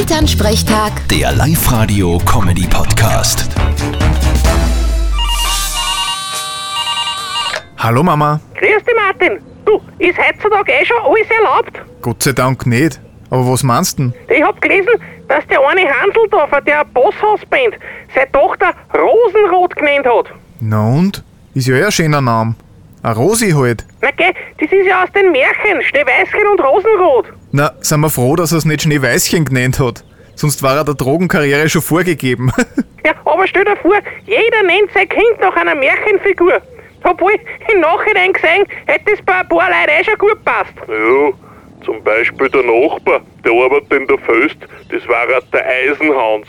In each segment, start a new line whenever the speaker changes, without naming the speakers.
Elternsprechtag,
Der Live-Radio-Comedy-Podcast.
Hallo Mama.
Grüß dich, Martin. Du, ist heutzutage eh schon alles erlaubt.
Gott sei Dank nicht. Aber was meinst denn?
Ich hab gelesen, dass der eine Handeldorfer, der Bosshausband, seine Tochter Rosenrot genannt hat.
Na und? Ist ja eh ein schöner Name. A Rosi halt.
Na geh, das ist ja aus den Märchen, Schneeweißchen und Rosenrot.
Na, sind wir froh, dass er es nicht Schneeweißchen genannt hat. Sonst war er der Drogenkarriere schon vorgegeben.
Ja, aber stell dir vor, jeder nennt sein Kind nach einer Märchenfigur. Obwohl, im Nachhinein gesehen, hätte es bei ein paar Leuten eh schon gut passt.
Ja, zum Beispiel der Nachbar, der arbeitet in der Föst, das war halt der Eisenhans.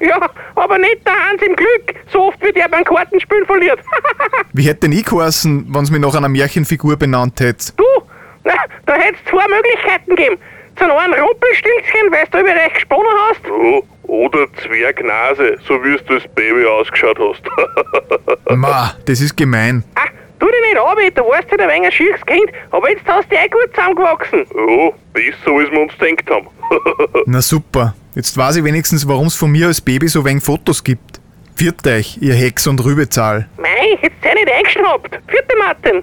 Ja, aber nicht der Hans im Glück, so oft wird er beim Kartenspielen verliert.
Wie hätte denn ich geheißen, wenn's mich nach einer Märchenfigur benannt hätte?
Du, na, da hätt's zwei Möglichkeiten gegeben. Zum einen Rumpelstilzchen, weil du über dich gesponnen hast.
ja, oder Zwergnase, so wie es das Baby ausgeschaut hast.
Ma, das ist gemein.
Ah, tu dich nicht an, du warst halt ein wenig ein schieres Kind, aber jetzt hast du eh gut zusammengewachsen.
ja, besser als wir uns gedacht haben.
Na super. Jetzt weiß ich wenigstens, warum's von mir als Baby so wenig Fotos gibt. Viert euch, ihr Hex und Rübezahl.
Mei, jetzt sei nicht eingeschnappt. Vierte Martin.